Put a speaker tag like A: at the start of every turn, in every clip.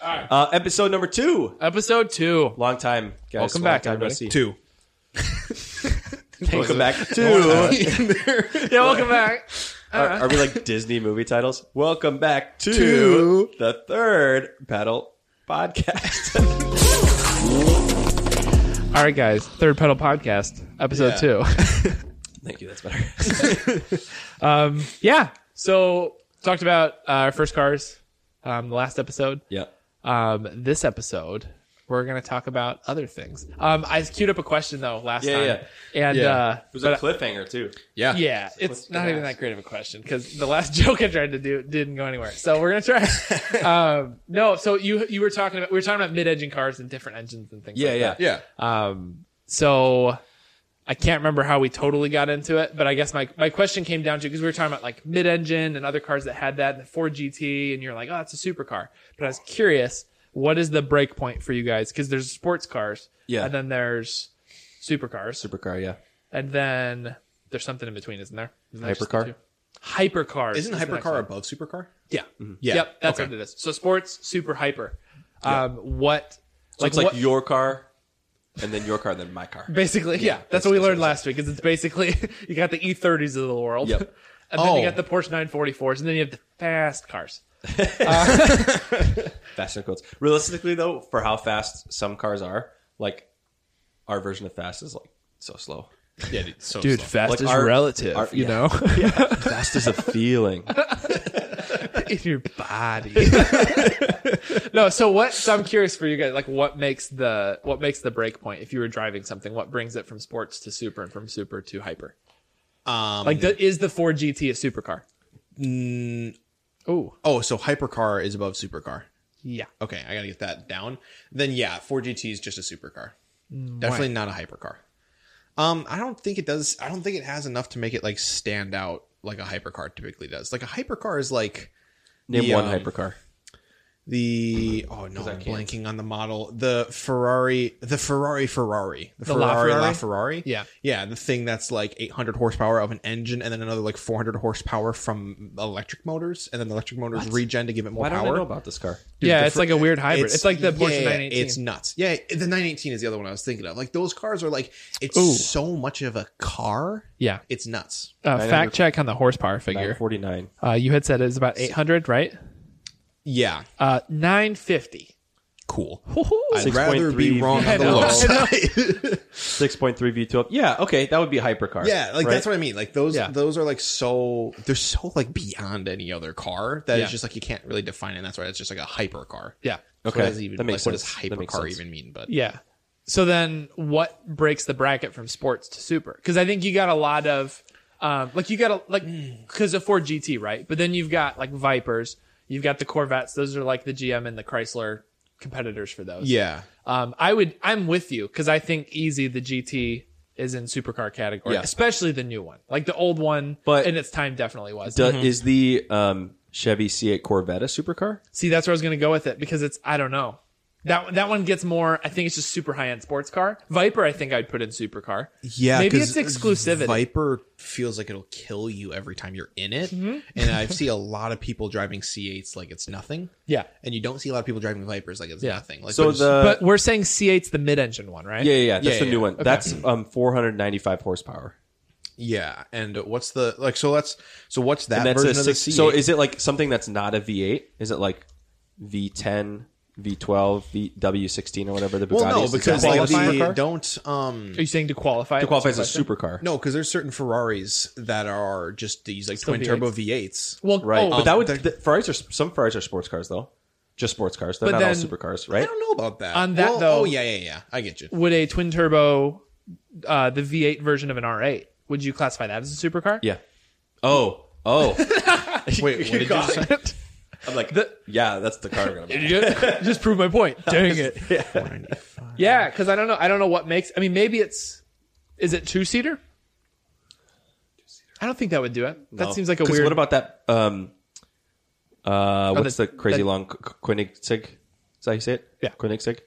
A: Uh, episode number two.
B: Episode two.
A: Long time, guys.
B: Welcome
A: Long
B: back,
A: time no
B: everybody.
A: see.
C: Two.
A: Welcome back to.
B: Yeah, welcome back.
C: Uh-huh.
A: are, are we like Disney movie titles? Welcome back to,
C: To-
A: the third pedal podcast.
B: All right, guys. Third Pedal Podcast, episode
A: Thank you. That's better.
B: two. um, yeah. So talked about uh, our first cars, um, the last episode.
A: yeah.
B: Um, this episode, we're gonna talk about other things. Um, I queued up a question though last
A: Yeah,
B: time, and
C: Yeah.
B: uh,
A: It was
B: but-
A: a cliffhanger too.
C: Yeah.
B: Yeah, it's not even that great of a question because the last joke I tried to do didn't go anywhere. So we're gonna try. um, no, so you you were talking about we were talking about mid-engine cars and different engines and things.
A: Yeah,
B: like
A: yeah.
B: that.
C: Yeah.
B: Um, so I can't remember how we totally got into it, but I guess my my question came down to because we were talking about like mid-engine and other cars that had that, and the Ford GT, and you're like, oh, it's a supercar. But I was curious, what is the break point for you guys? Because there's sports cars,
A: Yeah.
B: and then there's supercars,
A: Supercar. Yeah.
B: and then there's something in between, isn't there? Isn't there just the
A: Hypercar?
B: two? Hypercar.
C: Isn't
B: is the next
C: hypercar
B: one.
C: above supercar?
B: Yeah.
A: Mm-hmm.
C: Yeah.
B: Yep. That's
C: Okay.
B: what it is. So sports, super hyper. Um, what?
A: So it's like
B: what,
A: your car, and then your car, then my car.
B: basically. Yeah. That's,
A: that's-
B: what we
A: that's
B: learned
A: what
B: last week. Is it's basically you got the E30s of the world.
A: Yep.
B: And then you
C: Oh.
B: got the Porsche 944s, and then you have the fast cars.
A: Fast in quotes. Realistically, though, for how fast some cars are, like our version of fast is like so slow.
C: Yeah, dude. So slow.
B: fast
A: Like is our- relative, our- you yeah. know? Fast is a feeling.
B: in your body. no, so what? So I'm curious for you guys, like, what makes the what makes the break point if you were driving something? What brings it from sports to super and from super to hyper?
C: Um,
B: Like, the, is the Ford GT a supercar? oh,
C: oh, so hypercar is above supercar.
B: yeah.
C: Okay, I gotta get that down. Then yeah, 4GT is just a supercar. Definitely not a hypercar. Um, I don't think it does. I don't think it has enough to make it like stand out like a hypercar typically does. Like a hypercar is like
A: Name
C: The,
A: one
C: um,
A: hypercar.
C: the
B: Mm-hmm.
C: oh no, I'm
A: can't.
C: blanking on the model. The Ferrari, the Ferrari Ferrari, the,
B: La
C: Ferrari
B: Ferrari?
C: La Ferrari.
B: Yeah.
C: yeah, the thing that's like 800 horsepower of an engine, and then another like 400 horsepower from electric motors, and then the electric motors regen to give it more
A: Why don't
C: power.
A: I know about this car?
B: yeah,
C: the
B: it's
C: fir-
B: like a weird hybrid. It's, like the Porsche
C: yeah,
B: 918.
C: It's nuts. Yeah, the 918 is the other one I was thinking of. Like those cars are like it's
B: Ooh.
C: so much of a car.
B: yeah.
C: It's nuts.
B: Uh, fact check on the horsepower figure.
A: 949.
B: Uh, you had said it was about 800, right?
C: Yeah,
B: Uh, 950.
C: cool.
B: Woohoo.
C: I'd rather
A: 6.3
C: be wrong
A: I
C: on the
B: know,
C: low
B: I
C: side.
A: 6.3 V12. Yeah, okay, that would be a hypercar.
C: yeah, like
A: right?
C: that's what I mean. Like those
B: Yeah.
C: those are like so they're so like beyond any other car that
B: Yeah.
C: it's just like you can't really define it. And that's why it's just like a hyper car.
B: Yeah.
C: Okay.
A: Okay,
C: What does even
A: that makes
C: like,
A: sense. That
C: what does
A: makes
C: hypercar
A: sense.
C: even mean? But
B: Yeah. So then what breaks the bracket from sports to super? Because I think you got a lot of, um, like you got a, like, because of Ford GT, right? But then you've got like Vipers, you've got the Corvettes. Those are like the GM and the Chrysler competitors for those.
C: yeah,
B: Um, I would, I'm with you because I think easy the GT is in supercar category,
A: Yeah.
B: especially the new one. Like the old one,
A: But-
B: in its time definitely was.
A: Do- Is the um, Chevy C8 Corvette a supercar?
B: See, that's where I was gonna go with it because it's I don't know. That that one gets more. I think it's just super high end sports car. Viper, I think I'd put in super car.
C: Yeah,
B: maybe
C: 'cause
B: it's exclusivity.
C: Viper feels like it'll kill you every time you're in it, and I see a lot of people driving C8s like it's nothing.
B: Yeah.
C: and you don't see a lot of people driving Vipers like it's
B: Yeah.
C: nothing. Like
A: So
C: there's-
A: the
B: but we're saying C8's the mid engine one, right?
A: Uh, Yeah, yeah, yeah, that's
C: Yeah,
A: the
C: yeah,
A: new
C: yeah.
A: one. That's um 495 horsepower.
C: yeah, and what's the like? So let's so what's that
A: And that's
C: version
A: a
C: of
A: six.
C: the C8?
A: So is it like something that's not a V8? Is it like V10, V12, v, W16 or whatever the Bugatti
C: well, no,
A: is? Is
C: because
A: that
C: like
A: a
B: qualify
C: the,
A: supercar?
C: don't um
B: Are you saying to qualify?
A: it qualifies as a supercar.
C: no because there's certain Ferraris that are just these like
B: Still
C: twin turbo V8s.
B: Well,
A: Right. Um,
B: oh,
A: but that would
C: they're-
A: th- Ferraris are some Ferraris are sports cars though. Just sports cars. They're
B: But
A: not all
B: then-
A: supercars,
C: I
A: right?
C: don't know about that.
B: On that,
C: Well,
B: though-
C: oh yeah, yeah, yeah. I get you.
B: would a twin turbo, uh, the V8 version of an R8? Would you classify that as a supercar?
A: Yeah. Oh. Oh.
C: Wait, what did you
A: got
C: say?
A: I'm like
B: The-
A: yeah, that's the car we're gonna buy.
B: just prove my point. Dang it. Yeah, because I don't know. I don't know what makes. I mean, maybe it's. Is it two seater? I don't think that would do it. That
A: No.
B: seems like a
A: Oh. 'Cause
B: weird. Oh,
A: What about that? Um, uh, what's
B: the-
A: the, crazy
B: the-
A: long K- K- Koenigsegg? Is that how you say it?
B: Yeah. Mm-hmm.
A: Koenigsegg.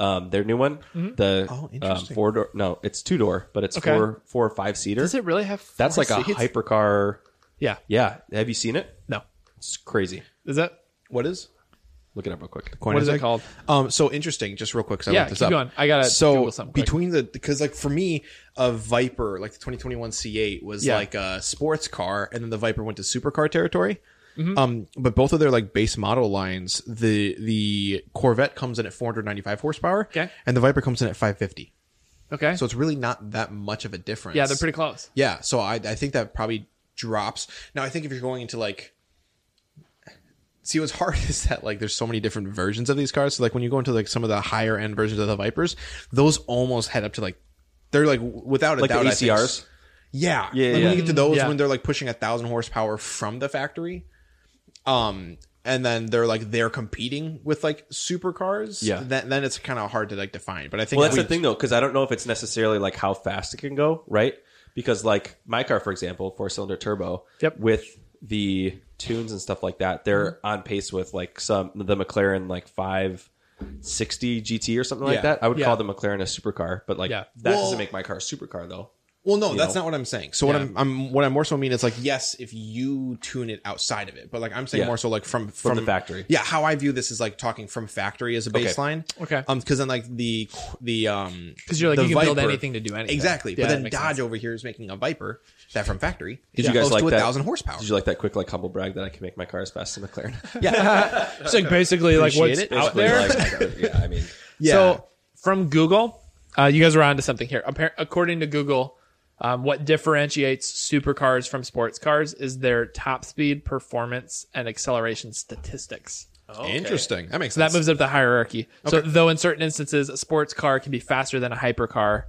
A: Um, their new one, the
C: Oh,
A: um,
C: interesting.
A: four door. No, it's two door, but it's
B: Okay.
A: four four or five seater.
B: Does it really have?
A: That's
B: four
A: like a
B: seats?
A: hypercar.
B: Yeah.
A: Yeah, have you seen it?
B: No.
A: It's crazy.
B: Is that?
C: What is?
A: Look it up real quick.
C: Coin
B: What is it
C: Isaac.
B: called?
C: Um, so interesting. Just real quick, so I
B: Yeah,
C: looked this
B: keep
C: up.
B: going. I gotta
C: so
B: Google something quick.
C: between the because like for me, a Viper like the 2021 C8 was
B: Yeah.
C: like a sports car, and then the Viper went to supercar territory.
B: Mm-hmm.
C: Um, but both of their like base model lines, the the Corvette comes in at 495 horsepower,
B: Okay.
C: and the Viper comes in at 550.
B: Okay.
C: So it's really not that much of a difference.
B: yeah, they're pretty close.
C: Yeah, so I I think that probably drops. Now I think if you're going into like See what's hard is that like there's so many different versions of these cars. So like when you go into like some of the higher end versions of the Vipers, those almost head up to like they're like without a
A: Like the
C: doubt I think-
A: ACRs?
C: yeah,
A: Yeah,
C: Like,
A: yeah.
C: When you get to those,
B: yeah.
C: when they're like pushing a thousand horsepower from the factory, um, and then they're like they're competing with like supercars.
A: Yeah.
C: then, then it's kind of hard to like define. But I think
A: Well,
C: if
A: that's
C: we-
A: the thing though, because I don't know if it's necessarily like how fast it can go, right? Because like my car, for example, four cylinder turbo,
B: Yep.
A: with the tunes and stuff like that, they're
C: Mm-hmm.
A: on pace with like some the McLaren like five sixty GT or something
C: Yeah.
A: like that. I would
B: Yeah.
A: call the McLaren a supercar, but like
B: Yeah.
A: that
C: Well-
A: doesn't make my car a supercar though.
C: Well, no, that's
A: know?
C: not what I'm saying. So what
B: Yeah.
C: I'm, I'm what I more so mean is like yes, if you tune it outside of it, but like I'm saying
A: Yeah.
C: more so like from,
A: the factory.
C: Yeah, how I view this is like talking from factory as a baseline.
B: Okay.
C: Um, because then like the the um
B: 'Cause you're like,
C: the
B: you can build anything to do anything.
C: exactly.
B: Yeah, that
C: but then
B: makes
C: Dodge
B: sense.
C: over here is making a Viper that from factory
A: Did
C: is
A: you guys
C: close
A: like
C: to
A: that?
C: a thousand horsepower.
A: Did you like that quick like humble brag that I can make my car as fast as a McLaren?
B: It's like basically like
C: Appreciate
B: what's out
C: it.
A: Basically,
B: there.
A: like, yeah, I mean,
C: yeah.
B: So from Google, uh, you guys are onto something here. Appar- according to Google, um, what differentiates supercars from sports cars is their top speed, performance, and acceleration statistics.
C: Interesting. That makes
B: That
C: sense.
B: moves up the hierarchy. So though in certain instances a sports car can be faster than a hypercar.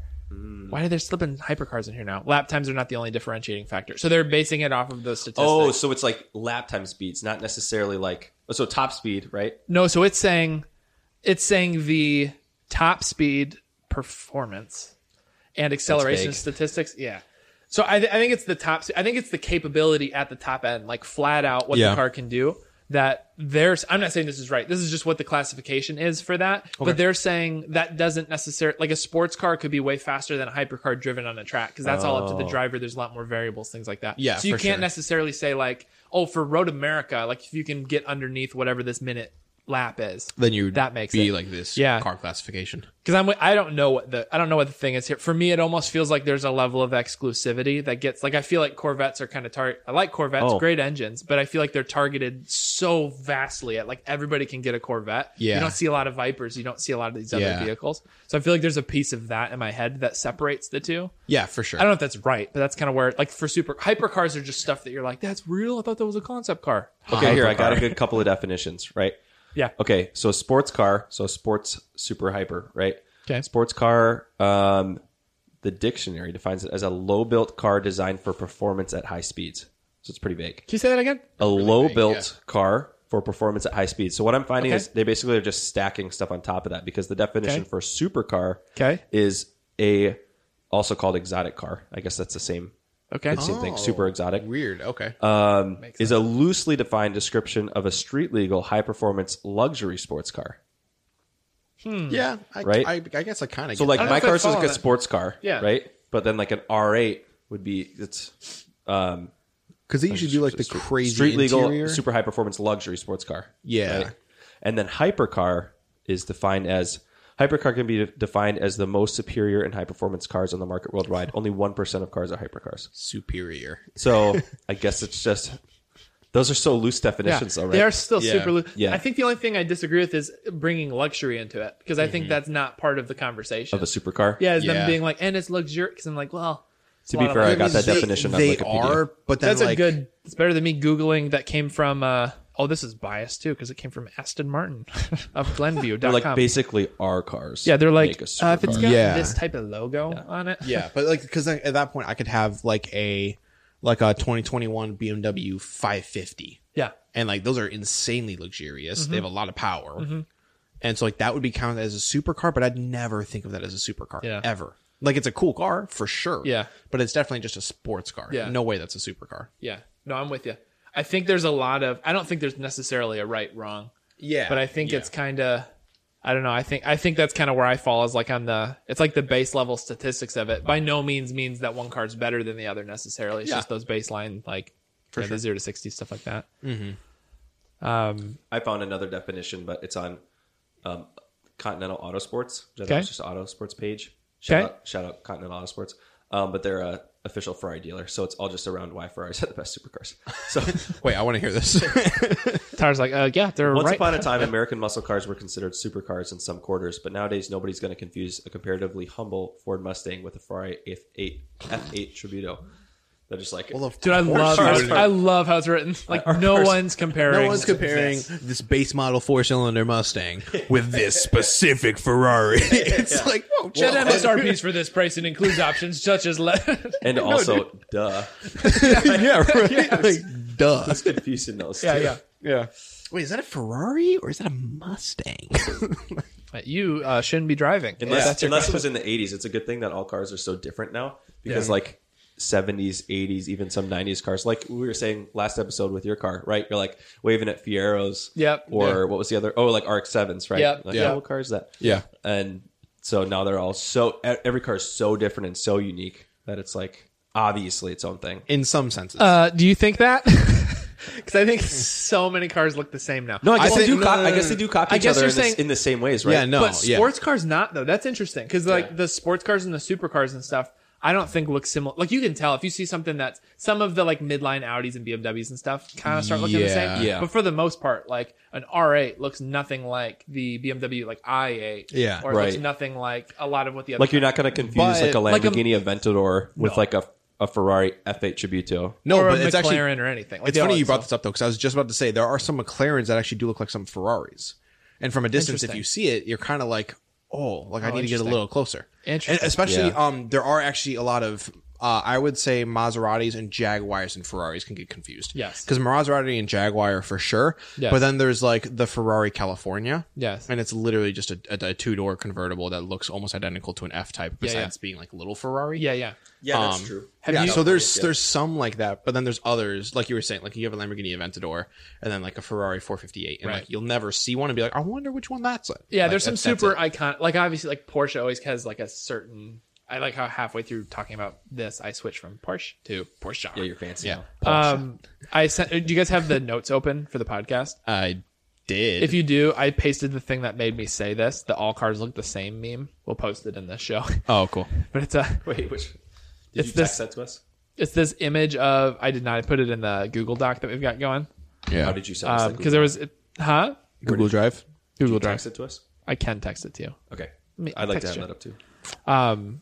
B: Why are there slipping hypercars in here now? Lap times are not the only differentiating factor. So they're basing it off of those statistics.
A: Oh, so it's like lap time speeds, not necessarily like so top speed, right?
B: No, so it's saying it's saying the top speed performance and acceleration
A: vague.
B: statistics. Yeah. So I, th- I think it's the top. I think it's the capability at the top end, like flat out what
C: Yeah.
B: the car can do. That there's. I'm not saying this is right. This is just what the classification is for that. But they're saying that doesn't necessarily like a sports car could be way faster than a hypercar driven on a track because that's all up to the driver. There's a lot more variables, things like that.
C: Oh. Yeah,
B: So you
C: for
B: can't
C: sure.
B: necessarily say like, oh, for Road America, like if you can get underneath whatever this minute lap is,
C: then you
B: that makes
C: be
B: it.
C: like this
B: Yeah.
C: car classification.
B: because I'm I don't know what the I don't know what the thing is here. For me, it almost feels like there's a level of exclusivity that gets like I feel like Corvettes are kind of target. I like Corvettes,
A: Oh.
B: great engines, but I feel like they're targeted so vastly at like everybody can get a Corvette.
C: Yeah.
B: you don't see a lot of Vipers, you don't see a lot of these other
C: Yeah.
B: vehicles. So I feel like there's a piece of that in my head that separates the two.
C: Yeah, for sure.
B: I don't know if that's right, but that's kind of where like for super hypercars are just stuff that you're like that's real. I thought that was a concept car.
A: Okay, here I got a good couple of definitions, right?
B: Yeah.
A: Okay, so sports car, so sports super hyper, right?
B: Okay.
A: Sports car, um, the dictionary defines it as a low built car designed for performance at high speeds. So it's pretty vague.
B: Can you say that again?
A: A low
C: vague,
A: built
C: yeah.
A: car for performance at high speeds. So what I'm finding
B: Okay.
A: is they basically are just stacking stuff on top of that because the definition
B: Okay.
A: for supercar
B: Okay.
A: is a also called exotic car. I guess that's the same
B: Okay.
A: the same
B: Oh,
A: thing. Super exotic
C: Weird. Okay.
A: is a loosely defined description of a street legal high performance luxury sports car.
C: yeah. I,
A: right?
C: I, I guess I kind of
A: So like
B: don't know
A: my
B: if I
A: car's
B: follow
A: like a
B: that.
A: sports car,
B: Yeah.
A: right? But then like an R8 would be it's
C: because they usually do like the crazy
A: street legal
C: interior.
A: super high performance luxury sports car.
C: Yeah.
A: And then hypercar is defined as hypercar can be de- defined as the most superior and high performance cars on the market worldwide. Only 1% of cars are hypercars.
C: superior.
A: So I guess it's just those are so loose definitions already.
B: They are still
C: Yeah.
B: super. Lo-
A: Yeah.
B: I think the only thing I disagree with is bringing luxury into it because I think that's not part of the conversation.
A: Mm-hmm. of a supercar.
B: yeah, is
C: Yeah.
B: them being like, and it's luxurious. Because I'm like, well, it's
A: To
B: a
A: be
B: lot of
A: fair, I
B: luxury."
A: got that
C: They-
A: definition on
C: They
A: Wikipedia.
C: are, but then
B: That's
C: like,
B: a good. It's better than me googling that came from. uh Oh, this is biased too because it came from Aston Martin of Glenview.com.
A: They're like basically our cars.
B: yeah, they're like,
A: make a
B: uh, if it's
A: supercar.
B: got
C: Yeah.
B: this type of logo on it,
C: Yeah, but like because at that point I could have like a like a 2021 BMW 550,
B: yeah,
C: and like those are insanely luxurious.
B: Mm-hmm.
C: They have a lot of power, and so like that would be counted as a supercar. But I'd never think of that as a supercar
B: Yeah.
C: ever. Like it's a cool car for sure.
B: Yeah.
C: but it's definitely just a sports car.
B: Yeah.
C: no way that's a supercar.
B: yeah. No, I'm with you. I think there's a lot of. I don't think there's necessarily a right wrong.
C: Yeah,
B: but I think it's kind of I don't know. I think I think that's kind of where I fall is like on the it's like the base level statistics of it. By no means means that one card's better than the other necessarily. It's
C: Yeah.
B: just those baseline like yeah, the zero to sixty stuff like that. Mm-hmm. Um,
A: I found another definition, but it's on um, Continental Autosports. Which I
B: Okay.
A: thought was just an Autosports page. Shout
B: Okay.
A: out, shout out Continental Autosports. Um, but they're a official Ferrari dealer, so it's all just around why Ferraris are the best supercars. So
C: Wait, I want to hear this.
B: Tyler's like, uh, yeah, they're
A: once
B: right.
A: upon a time, American muscle cars were considered supercars in some quarters, but nowadays nobody's going to confuse a comparatively humble Ford Mustang with a Ferrari F8 F8 Tributo. They're just like,
C: well, of
B: Dude, I
C: course
B: love
C: you
B: how
A: cars
B: it's,
C: would.
B: I love how it's written. Like no one's comparing.
C: No one's comparing this base model four cylinder Mustang with this specific Ferrari. it's like, whoa,
B: Get
C: chill.
B: MSRPs for this price and includes options such as le-
A: and also, duh,
C: yeah, right. Like, duh.
A: it's confusing those.
B: yeah,
A: two.
B: yeah.
C: Yeah. Wait, is that a Ferrari or is that a Mustang?
B: But you uh, shouldn't be driving.
A: Unless,
B: That's your
A: unless it was in the 80s, it's a good thing that all cars are so different now because like 70s, 80s, even some 90s cars, like we were saying last episode with your car, right? You're like waving at Fieros,
B: Yep.
A: or what was the other? Oh, like RX-7s, right?
B: Yep.
A: Like,
C: Yeah.
A: oh, what car is that?
C: Yeah.
A: And so now they're all so e- every car is so different and so unique that it's like obviously its own thing.
C: In some senses.
B: Uh, do you think that? Because I think so many cars look the same now.
A: No, I guess
C: I
A: they
C: think-
A: do.
C: no,
A: cop-
C: no,
A: I
C: no,
A: guess they
C: no.
A: do copy
B: I
A: each
B: guess
A: other
B: you're
A: in, the s-
B: saying-
A: in the same ways, right?
C: yeah, no.
B: but
C: yeah.
B: sports cars not though. That's interesting because like the sports cars and the supercars and stuff, I don't think look similar. Like you can tell if you see something that's some of the like midline Audis and BMWs and stuff kind of start looking the
C: Yeah.
B: same.
A: Yeah.
B: But for the most part, like an R8 looks nothing like the BMW like i8.
C: Yeah,
B: Or it looks
A: right.
B: nothing like a lot of what the other
A: Like you're not going to confuse
C: But-
A: like um, a
B: Like a-
A: Lamborghini Aventador with like a a Ferrari F8 Tributo.
C: no,
B: or
C: but
B: a
C: it's
B: McLaren
C: actually.
B: or anything. Like
C: It's
B: they all
C: funny
B: look
C: you
B: so-
C: brought this up though, because I was just about to say there are some McLarens that actually do look like some Ferraris, and from a distance, if
B: Interesting.
C: you see it, you're kind of like, oh, like I
B: Oh,
C: need to get a
B: interesting.
C: little closer.
B: Interesting.
C: And especially,
A: Yeah.
C: um, there are actually a lot of. Uh, I would say Maseratis and Jaguars and Ferraris can get confused.
B: Yes.
C: because Maserati and Jaguar are for sure.
B: Yes.
C: But then there's like the Ferrari California.
B: Yes.
C: and it's literally just a, a, two door convertible that looks almost identical to an F type,
B: Yeah, yeah.
C: besides being like a little Ferrari
B: Yeah, yeah.
A: Yeah, that's
C: Um,
A: true.
B: Have
C: yeah,
B: you-
C: so there's
A: Yeah.
C: there's some like that, but then there's others like you were saying, like you have a Lamborghini Aventador and then like a Ferrari 458, and
B: Right.
C: like you'll never see one and be like, I wonder which one that's. Like.
B: Yeah,
C: Like,
B: there's some
C: that's- that's
B: super
C: it.
B: icon. Like obviously, like Porsche always has like a certain. I like how halfway through talking about this, I switched from Porsche to Porsche.
A: Yeah, you're fancy.
C: Yeah,
A: now.
B: um, I sent. Do you guys have the notes open for the podcast?
C: I did.
B: If you do, I pasted the thing that made me say this. The all cars look the same meme. We'll post it in this show.
C: oh, cool.
B: but it's a.
A: Wait, which did
B: It's
A: you
B: this- Uh,
A: text that to us?
B: It's this image of. I did not. I put it in the Google Doc that we've got going.
C: Yeah.
A: How did you send us?
B: Um,
A: that
B: because there was. It, huh.
C: Google Drive?
B: Google
A: text
B: Drive.
A: it to us?
B: I can text it to you.
A: Okay,
B: me-
A: I'd like to
B: text
A: have that
B: you.
A: up too.
B: um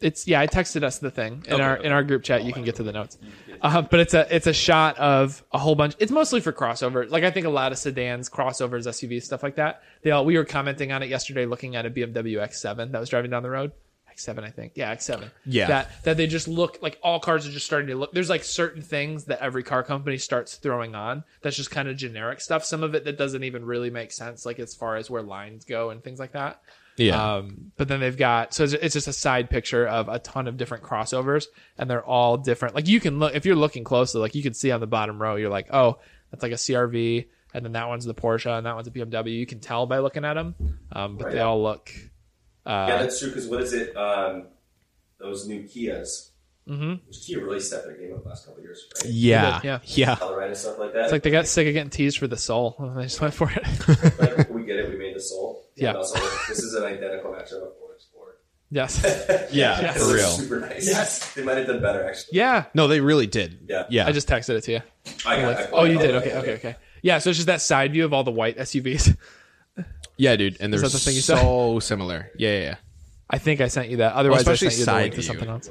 B: it's yeah i texted us the thing in
A: Okay,
B: our
A: okay.
B: in our group chat you can get to the notes uh, but it's a it's a shot of a whole bunch it's mostly for crossover like i think a lot of sedans crossovers suvs stuff like that they all we were commenting on it yesterday looking at a bmw x7 that was driving down the road x7 i think yeah x7
C: Yeah.
B: that that they just look like all cars are just starting to look there's like certain things that every car company starts throwing on that's just kind of generic stuff some of it that doesn't even really make sense like as far as where lines go and things like that
C: Yeah.
B: um, but then they've got so it's, it's just a side picture of a ton of different crossovers, and they're all different. Like you can look if you're looking closely, like you can see on the bottom row, you're like, oh, that's like a CRV, and then that one's the Porsche, and that one's a BMW. You can tell by looking at them, um, but they all look.
A: yeah,
B: Uh,
A: that's true. Because what is it? Um, those new Kias. Mm-hmm. Which Kia really stepped their game up last couple of years, right?
C: yeah.
B: yeah.
C: Yeah.
A: Colorado and stuff like that.
B: it's like they got sick of getting teased for the soul, and they just went for it.
A: Like, we get it. We made the soul.
B: Yeah.
A: And Also, this is an identical matchup of Ford Explorer.
B: yes,
C: Yeah.
B: Yes.
C: For
A: This is
C: real.
A: Super nice. Yes. They might have done better actually.
B: yeah.
C: No, they really did.
A: Yeah.
C: Yeah.
B: I just texted it to you.
A: I got, I
B: Oh, you did. Okay, okay, okay. Yeah, so it's just that side view of all the white SUVs.
C: yeah, dude. And they're
B: that the thing you said?
C: so similar. Yeah, yeah, yeah.
B: I think I sent you that. Otherwise, I
C: especially
B: sent you the link
C: side
B: to
C: view.
B: something else.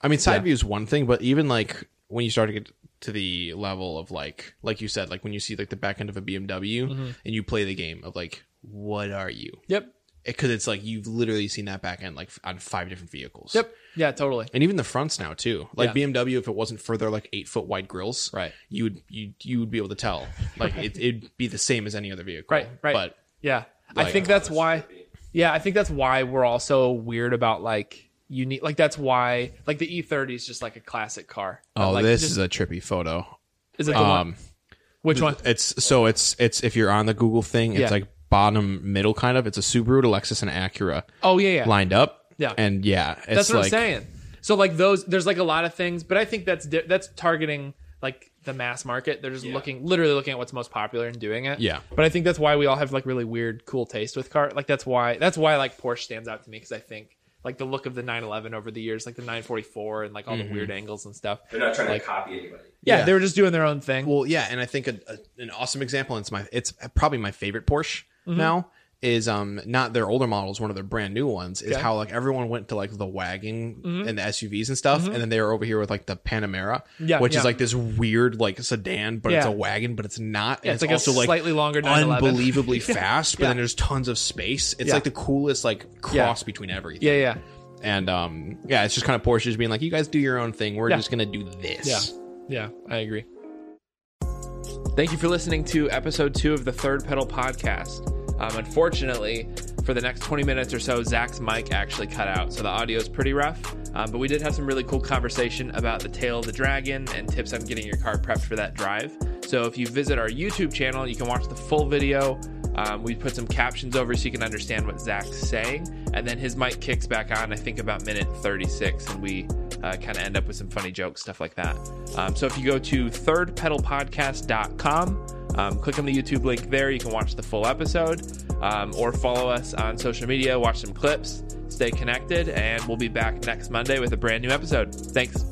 C: I mean, side view is one thing, but even like when you start to get to the level of like, like you said, like when you see like the back end of a BMW and you play the game of like, what are you?
B: Mm-hmm. Yep.
C: because it's like you've literally seen that back end like f- on five different vehicles.
B: Yep. Yeah, totally.
C: And even the fronts now too. Like
B: Yeah.
C: BMW, if it wasn't for their like eight foot wide grills,
B: Right.
C: you would you you would be able to tell. Like it, it'd be the same as any other vehicle.
B: Right, right.
C: But
B: yeah. I
C: Like-
B: think that's why Yeah, I think that's why we're all so weird about like unique like that's why like the E thirty is just like a classic car.
C: oh,
B: like,
C: this
B: just-
C: is a trippy photo.
B: is it the one
C: Um,
B: which one?
C: it's so it's it's if you're on the Google thing, it's
B: Yeah.
C: like bottom middle kind of. It's a Subaru, to Lexus, and Acura
B: Oh yeah, yeah.
C: lined up.
B: Yeah.
C: and yeah, it's
B: That's what
C: like,
B: I'm saying. So like those, there's like a lot of things, but I think that's di- that's targeting like the mass market. They're just
A: Yeah.
B: looking literally looking at what's most popular and doing it.
C: Yeah.
B: But I think that's why we all have like really weird, cool taste with car. Like that's why that's why like Porsche stands out to me because I think like the look of the 911 over the years, like the 944 and like all
C: Mm-hmm.
B: the weird angles and stuff.
A: They're not trying
B: Like-
A: to copy anybody.
B: Yeah,
C: Yeah.
B: they were just doing their own thing.
C: Well, yeah, and I think a, a, an awesome example. And it's my it's probably my favorite Porsche
B: Mm-hmm.
C: now is um not their older models, one of their brand new ones is
B: Okay. Mm-hmm.
C: how like everyone went to like the wagon and the SUVs and stuff, and then they were over here with like the Panamera,
B: Yeah,
C: which
B: yeah.
C: is like this weird like sedan, but it's
B: Yeah.
C: a wagon, but it's not.
B: yeah, it's,
C: and
B: like a slightly longer 911.
C: unbelievably fast, but
B: Yeah.
C: then there's tons of space. It's
B: Yeah.
C: like the coolest like cross between everything.
B: Yeah, yeah.
C: And um yeah, it's just kind of Porsche just being like, you guys do your own thing. We're
B: Yeah.
C: just gonna do this.
B: Yeah. Yeah, I agree. Thank you for listening to episode two of the Third Pedal Podcast. Um, unfortunately, for the next 20 minutes or so, Zach's mic actually cut out, so the audio is pretty rough. Um, but we did have some really cool conversation about the tail of the dragon and tips on getting your car prepped for that drive. So if you visit our YouTube channel, you can watch the full video. Um, we put some captions over so you can understand what Zach's saying. And then his mic kicks back on, I think, about minute 36, and we uh, kind of end up with some funny jokes, stuff like that. Um, so if you go to thirdpedalpodcast.com, um, click on the YouTube link there, you can watch the full episode um, or follow us on social media, watch some clips, stay connected, and we'll be back next Monday with a brand new episode. Thanks.